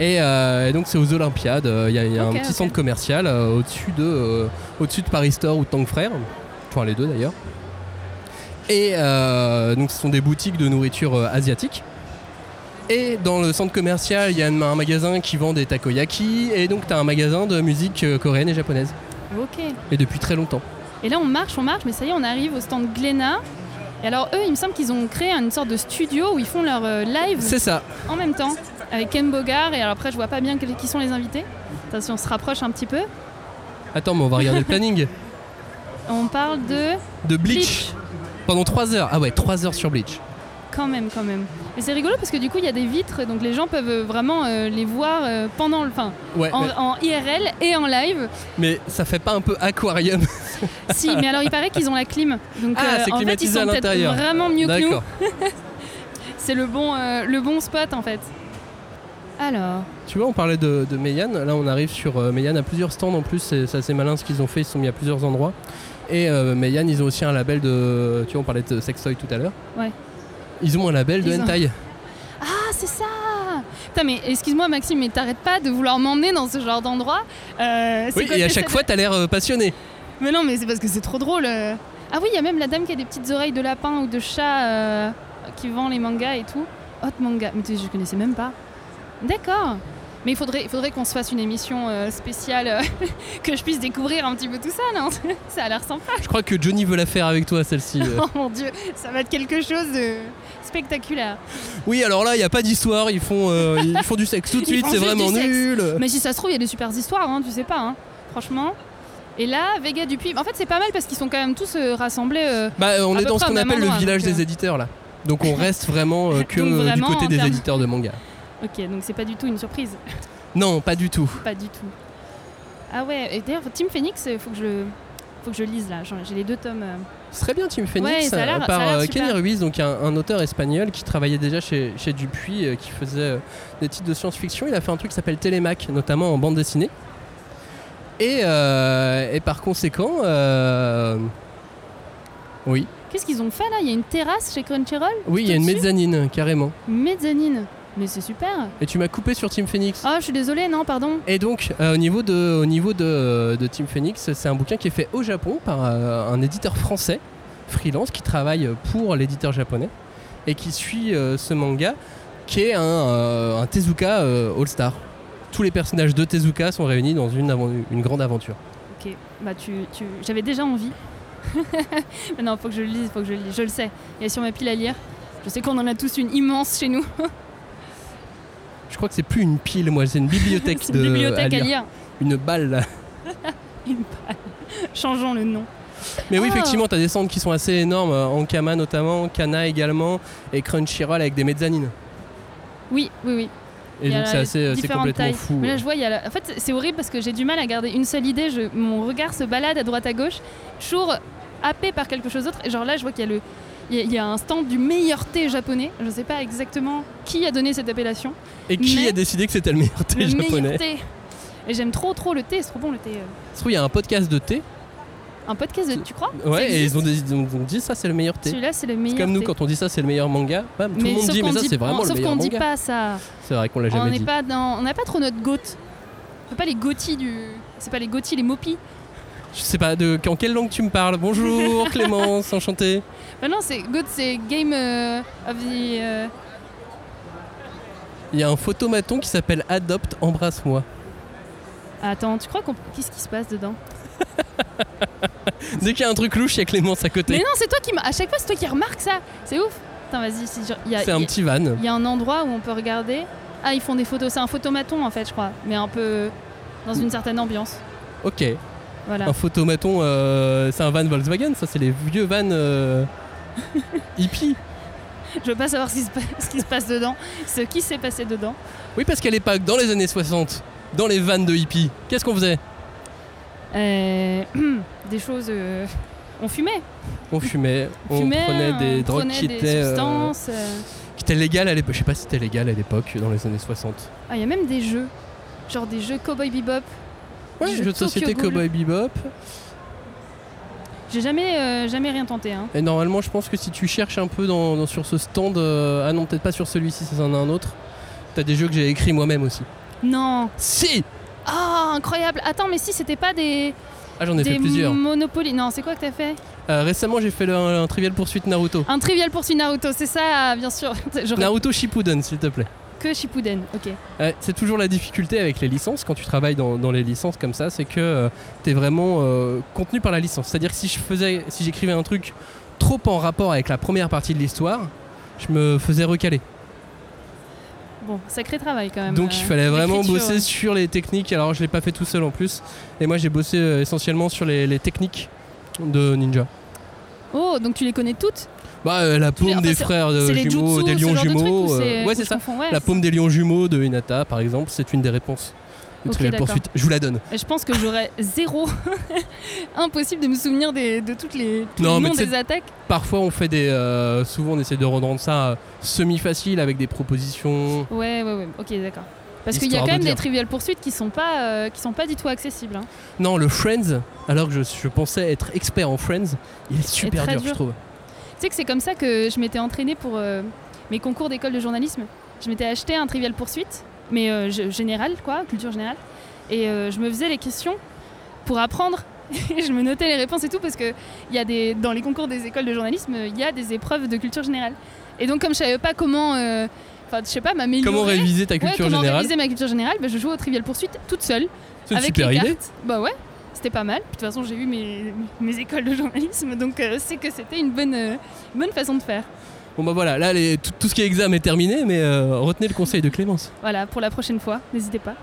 Speaker 1: Et, euh, et donc, c'est aux Olympiades. euh, Il y a, il y a
Speaker 8: Ok,
Speaker 1: un petit
Speaker 8: ok.
Speaker 1: centre commercial euh, au-dessus de, euh, au-dessus de Paris Store ou de Tank Frère. Enfin, les deux d'ailleurs. Et euh, donc, ce sont des boutiques de nourriture euh, asiatique. Et dans le centre commercial, il y a un, un magasin qui vend des takoyaki. Et donc, tu as un magasin de musique euh, coréenne et japonaise.
Speaker 8: Ok.
Speaker 1: Et depuis très longtemps.
Speaker 8: Et là on marche, on marche, mais ça y est, on arrive au stand Glénat. Et alors eux, il me semble qu'ils ont créé une sorte de studio où ils font leur euh, live
Speaker 1: C'est ça.
Speaker 8: en même temps avec Ken Bogard. Et alors après, je vois pas bien quels- qui sont les invités. Ça, si on se rapproche un petit peu,
Speaker 1: Attends, mais on va regarder
Speaker 8: [LAUGHS]
Speaker 1: le planning.
Speaker 8: on parle de
Speaker 1: De Bleach.
Speaker 8: Bleach.
Speaker 1: Pendant 3 heures. Ah ouais, 3 heures sur Bleach.
Speaker 8: Quand même, quand même. Et c'est rigolo parce que du coup, il y a des vitres, donc les gens peuvent vraiment euh, les voir euh, pendant le. Enfin,
Speaker 1: Ouais,
Speaker 8: en,
Speaker 1: mais,
Speaker 8: en IRL et en live.
Speaker 1: mais ça fait pas un peu aquarium [LAUGHS]
Speaker 8: si, mais alors il paraît qu'ils ont la clim. Donc,
Speaker 1: Ah,
Speaker 8: euh,
Speaker 1: c'est
Speaker 8: en fait, ils
Speaker 1: climatisé à
Speaker 8: sont peut-être
Speaker 1: l'intérieur.
Speaker 8: vraiment mieux que nous.
Speaker 1: D'accord.
Speaker 8: C'est le, bon, euh, le bon spot en fait. Alors,
Speaker 1: Tu vois, on parlait de, de Meiyan. Là, on arrive sur euh, Meiyan à plusieurs stands en plus. C'est c'est assez malin ce qu'ils ont fait. Ils se sont mis à plusieurs endroits. Et euh, Meiyan, ils ont aussi un label de. Tu vois, on parlait de sextoy tout à l'heure.
Speaker 8: Ouais.
Speaker 1: Ils ont un label de
Speaker 8: Ils ont-
Speaker 1: hentai.
Speaker 8: ah, c'est ça Putain, mais excuse-moi Maxime, mais t'arrêtes pas de vouloir m'emmener dans ce genre d'endroit. Euh, c'est
Speaker 1: Oui,
Speaker 8: quoi
Speaker 1: et à
Speaker 8: que
Speaker 1: chaque
Speaker 8: ça-
Speaker 1: fois, t'as l'air euh, passionné.
Speaker 8: Mais non, mais c'est parce que c'est trop drôle. euh. Ah oui, il y a même la dame qui a des petites oreilles de lapin ou de chat euh, qui vend les mangas et tout. Hot manga, mais tu sais, je connaissais même pas. D'accord. Mais il faudrait, il faudrait qu'on se fasse une émission euh, spéciale euh, [LAUGHS] que je puisse découvrir un petit peu tout ça, non [LAUGHS] Ça a l'air sympa. [LAUGHS]
Speaker 1: Je crois que Johnny veut la faire avec toi, celle-ci. euh.
Speaker 8: Oh mon dieu, ça va être quelque chose de spectaculaire.
Speaker 1: oui, alors là, il n'y a pas d'histoire. Ils, font, euh, ils font du sexe tout de
Speaker 8: Ils
Speaker 1: suite.
Speaker 8: font
Speaker 1: C'est
Speaker 8: juste
Speaker 1: vraiment
Speaker 8: du sexe.
Speaker 1: nul.
Speaker 8: Mais si ça se trouve, il y a des super histoires, hein, tu sais pas, hein, franchement. Et là, Vega Dupuis, en fait c'est pas mal parce qu'ils sont quand même tous euh, rassemblés. euh,
Speaker 1: Bah, euh, on
Speaker 8: À
Speaker 1: est
Speaker 8: peu
Speaker 1: dans ce
Speaker 8: près
Speaker 1: qu'on
Speaker 8: au même
Speaker 1: appelle le
Speaker 8: endroit,
Speaker 1: village
Speaker 8: donc, euh.
Speaker 1: des éditeurs là. Donc on
Speaker 8: [LAUGHS]
Speaker 1: reste vraiment euh, que
Speaker 8: Donc,
Speaker 1: euh,
Speaker 8: vraiment,
Speaker 1: du côté
Speaker 8: en
Speaker 1: des
Speaker 8: termes-
Speaker 1: éditeurs de manga.
Speaker 8: Ok, donc c'est pas du tout une surprise. [LAUGHS]
Speaker 1: Non, pas du tout.
Speaker 8: Pas du tout. Ah ouais, et d'ailleurs, Team Phoenix, il faut que je. Faut que je lise là, J'en- j'ai les deux tomes. euh.
Speaker 1: Ce serait bien Tim Phoenix
Speaker 8: Ouais, ça a l'air-
Speaker 1: euh,
Speaker 8: ça a
Speaker 1: par
Speaker 8: l'air
Speaker 1: euh,
Speaker 8: super.
Speaker 1: Kenny Ruiz, donc un, un auteur espagnol qui travaillait déjà chez, chez Dupuis, euh, qui faisait euh, des titres de science-fiction. Il a fait un truc qui s'appelle Télémac, notamment en bande dessinée. Et, euh, et par conséquent, euh, oui,
Speaker 8: Qu'est-ce qu'ils ont fait là Il y a une terrasse chez Crunchyroll
Speaker 1: oui, il y a une
Speaker 8: Tout de
Speaker 1: mezzanine carrément.
Speaker 8: Mezzanine Mais c'est super
Speaker 1: Et tu m'as coupé sur Tim Phoenix.
Speaker 8: Oh, je suis désolée, non, pardon.
Speaker 1: Et donc, euh, au niveau de, au niveau de, de Team Phoenix, c'est un bouquin qui est fait au Japon par euh, un éditeur français, freelance, qui travaille pour l'éditeur japonais et qui suit euh, ce manga, qui est un, euh, un Tezuka euh, All Star. Tous les personnages de Tezuka sont réunis dans une, avant- une grande aventure.
Speaker 8: Ok, bah tu. tu... J'avais déjà envie. [LAUGHS] Mais non, faut que je le lise, faut que je le lise, je le sais. Il y a sur ma pile à lire. Je sais qu'on en a tous une immense chez nous.
Speaker 1: Je crois que c'est plus une pile, moi, c'est une bibliothèque,
Speaker 8: [LAUGHS] C'est
Speaker 1: de,
Speaker 8: une bibliothèque
Speaker 1: à
Speaker 8: à
Speaker 1: lire.
Speaker 8: lire.
Speaker 1: Une balle.
Speaker 8: [LAUGHS]
Speaker 1: là.
Speaker 8: Une palle. [LAUGHS] Changeons le nom.
Speaker 1: Mais oui,
Speaker 8: Ah.
Speaker 1: effectivement, t'as des centres qui sont assez énormes, euh, en Kama notamment, Kana également, et Crunchyroll avec des mezzanines.
Speaker 8: Oui, oui, oui.
Speaker 1: Et
Speaker 8: Il y a
Speaker 1: donc c'est
Speaker 8: les
Speaker 1: assez, euh, c'est
Speaker 8: différentes
Speaker 1: complètement
Speaker 8: tailles.
Speaker 1: fou.
Speaker 8: Mais là, je vois, il y a la- en fait, c'est- c'est horrible parce que j'ai du mal à garder une seule idée. Je- Mon regard se balade à droite à gauche, toujours happé par quelque chose d'autre. Et genre là, je vois qu'il y a le. Il y a- il y a un stand du meilleur thé japonais. Je ne sais pas exactement qui a donné
Speaker 1: [LAUGHS]
Speaker 8: cette appellation.
Speaker 1: Et qui
Speaker 8: Mais-
Speaker 1: a décidé que c'était le meilleur thé
Speaker 8: le
Speaker 1: japonais
Speaker 8: meilleur thé. Et j'aime trop trop le thé. C'est trop bon le thé. euh.
Speaker 1: Il se trouve, il y a un podcast de thé
Speaker 8: Un podcast de. Tu crois Ça
Speaker 1: Ouais, et
Speaker 8: existe
Speaker 1: ils ont, des- ils ont- ils ont dit ça, c'est le meilleur thé.
Speaker 8: Celui-là, c'est le
Speaker 1: C'est
Speaker 8: meilleur.
Speaker 1: comme nous,
Speaker 8: thé.
Speaker 1: quand on dit ça, c'est le meilleur manga. Ouais, tout le monde
Speaker 8: sauf
Speaker 1: dit, mais
Speaker 8: qu'on
Speaker 1: ça,
Speaker 8: dit-
Speaker 1: c'est vraiment
Speaker 8: on-
Speaker 1: le
Speaker 8: Sauf
Speaker 1: meilleur
Speaker 8: qu'on dit
Speaker 1: manga.
Speaker 8: pas ça.
Speaker 1: C'est vrai qu'on l'a
Speaker 8: On
Speaker 1: jamais
Speaker 8: n'est
Speaker 1: dit.
Speaker 8: pas dans- on n'a pas trop notre goutte. On peut pas les gothis du. C'est pas les gothis, les mopis.
Speaker 1: Je sais pas de en quelle langue tu me parles.
Speaker 8: [LAUGHS]
Speaker 1: Bonjour Clémence, enchanté.
Speaker 8: Bah non, c'est goth, c'est game euh, of the. euh,
Speaker 1: Il y a un photomaton qui s'appelle Adopte, embrasse-moi.
Speaker 8: Attends, tu crois qu'on. Qu'est-ce qui se passe dedans
Speaker 1: Dès qu'il y a un truc louche, il y a Clémence à
Speaker 8: Mais
Speaker 1: côté.
Speaker 8: non, c'est toi qui. m- À chaque fois, c'est toi qui remarque ça. C'est ouf. Putain, vas-y, c'est genre- il y a-
Speaker 1: C'est un
Speaker 8: il y a-
Speaker 1: petit van.
Speaker 8: il y a un endroit où on peut regarder. Ah, ils font des photos. C'est un photomaton en fait, je crois. Mais un peu dans une certaine ambiance.
Speaker 1: Ok.
Speaker 8: Voilà.
Speaker 1: Un photomaton, euh, c'est un van Volkswagen, ça c'est les vieux vans
Speaker 8: [LAUGHS]
Speaker 1: euh, hippies.
Speaker 8: Je veux pas savoir ce qui se, pa- ce qui se passe dedans, ce qui s'est passé dedans.
Speaker 1: Oui, parce qu'à l'époque, dans les années 60, dans les vannes de hippies, qu'est-ce qu'on faisait
Speaker 8: Euh, [CLEARS THROAT] des choses. euh, On fumait.
Speaker 1: On fumait, on
Speaker 8: fumait,
Speaker 1: prenait des
Speaker 8: on
Speaker 1: drogues
Speaker 8: prenait
Speaker 1: qui
Speaker 8: des
Speaker 1: étaient euh,
Speaker 8: substances. euh.
Speaker 1: qui étaient légales à l'époque. Je sais pas si c'était légal à l'époque, dans les années 60.
Speaker 8: Ah, il y a même des jeux, genre des jeux Cowboy Bebop.
Speaker 1: Ouais,
Speaker 8: Jeux
Speaker 1: jeux de
Speaker 8: Tokyo
Speaker 1: société
Speaker 8: Ghoul.
Speaker 1: Cowboy Bebop.
Speaker 8: J'ai jamais, euh, jamais rien tenté. Hein.
Speaker 1: Et normalement, je pense que si tu cherches un peu dans, dans- sur ce stand, euh, ah non, peut-être pas sur celui-ci, c'est un, un autre. T'as des jeux que j'ai écrits moi-même aussi.
Speaker 8: Non.
Speaker 1: Si
Speaker 8: Ah, incroyable. Attends, mais si c'était pas des,
Speaker 1: Ah, j'en ai
Speaker 8: des
Speaker 1: fait plusieurs.
Speaker 8: Monopoly. Non, c'est quoi que t'as fait
Speaker 1: Euh, récemment, j'ai fait le- un, trivial poursuite Naruto.
Speaker 8: Un Trivial Pursuit Naruto, c'est ça, bien sûr. [LAUGHS] J'aurais
Speaker 1: Naruto Shippuden, s'il te plaît.
Speaker 8: que Shippuden. Ok.
Speaker 1: Ouais, Euh, c'est toujours la difficulté avec les licences, quand tu travailles dans, dans les licences comme ça, c'est que euh, t'es vraiment euh, contenu par la licence. C'est-à-dire que si je faisais, si j'écrivais un truc trop en rapport avec la première partie de l'histoire, je me faisais recaler.
Speaker 8: Bon, sacré travail quand même.
Speaker 1: Donc
Speaker 8: euh,
Speaker 1: il fallait vraiment
Speaker 8: l'écriture,
Speaker 1: bosser
Speaker 8: ouais.
Speaker 1: sur les techniques. Alors je l'ai pas fait tout seul en plus. Et moi j'ai bossé euh, essentiellement sur les, les techniques de ninja.
Speaker 8: Oh, donc tu les connais toutes
Speaker 1: Bah euh, la paume
Speaker 8: les- enfin,
Speaker 1: des
Speaker 8: c'est-
Speaker 1: frères euh,
Speaker 8: C'est les
Speaker 1: jumeaux,
Speaker 8: jutsu,
Speaker 1: des
Speaker 8: ce
Speaker 1: lions
Speaker 8: genre de trucs,
Speaker 1: jumeaux.
Speaker 8: ou
Speaker 1: euh, ouais
Speaker 8: c'est- ou
Speaker 1: c'est
Speaker 8: je
Speaker 1: ça.
Speaker 8: confonds, ouais,
Speaker 1: La
Speaker 8: c'est-
Speaker 1: paume des lions jumeaux de Hinata par exemple, c'est une des réponses. du
Speaker 8: Ok,
Speaker 1: trial
Speaker 8: d'accord.
Speaker 1: poursuite. Je vous la donne.
Speaker 8: Je pense que j'aurais [LAUGHS] zéro. Impossible de me souvenir des- de toutes les tous
Speaker 1: Non,
Speaker 8: les
Speaker 1: mais
Speaker 8: noms
Speaker 1: tu sais-
Speaker 8: des attaques.
Speaker 1: Parfois on fait des, euh, souvent on essaie de rendre ça euh, semi-facile avec des propositions.
Speaker 8: Ouais, ouais, ouais. Ok, d'accord. Parce qu'il y a
Speaker 1: Histoire
Speaker 8: quand
Speaker 1: de
Speaker 8: même des
Speaker 1: dire.
Speaker 8: triviales poursuites qui sont pas euh, qui sont pas du tout accessibles. hein.
Speaker 1: Non le Friends, alors que je, je pensais être expert en Friends, il est super
Speaker 8: très
Speaker 1: dur, je
Speaker 8: dur.
Speaker 1: trouve.
Speaker 8: Tu sais que c'est comme ça que je m'étais entraînée pour euh, mes concours d'école de journalisme. Je m'étais acheté un trivial poursuite, mais euh, je- général, quoi, culture générale. Et euh, je me faisais les questions pour apprendre. [LAUGHS] Et je me notais les réponses et tout parce que il y a des, dans les concours des écoles de journalisme, il y a des épreuves de culture générale. Et donc comme je savais pas comment, euh, enfin je sais pas, m'améliorer.
Speaker 1: Comment réviser ta
Speaker 8: Ouais,
Speaker 1: culture
Speaker 8: comment
Speaker 1: générale
Speaker 8: réviser ma culture générale bah, Je joue au trivial poursuite toute seule
Speaker 1: C'est une
Speaker 8: avec
Speaker 1: super
Speaker 8: les
Speaker 1: idée.
Speaker 8: cartes. Bah ouais, c'était pas mal. Puis, De toute façon, j'ai eu mes, mes écoles de journalisme, donc euh, c'est que c'était une bonne, euh, bonne façon de faire.
Speaker 1: Bon bah voilà, là les- tout, tout ce qui est examen est terminé, mais euh, retenez le conseil de Clémence.
Speaker 8: Voilà, pour la prochaine fois, n'hésitez pas.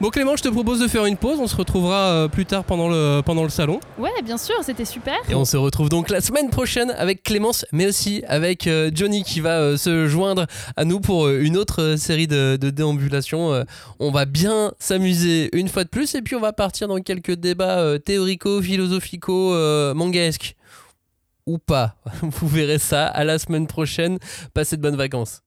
Speaker 1: Bon Clémence, je te propose de faire une pause, on se retrouvera euh, plus tard pendant le, pendant le salon.
Speaker 8: Ouais, bien sûr, c'était super.
Speaker 1: Et on se retrouve donc la semaine prochaine avec Clémence, mais aussi avec euh, Johnny qui va euh, se joindre à nous pour euh, une autre euh, série de, de déambulations. Euh, on va bien s'amuser une fois de plus, et puis on va partir dans quelques débats euh, théorico, philosophico, euh, [LAUGHS] mangaesques. Ou pas. Vous verrez ça à la semaine prochaine. Passez de bonnes vacances.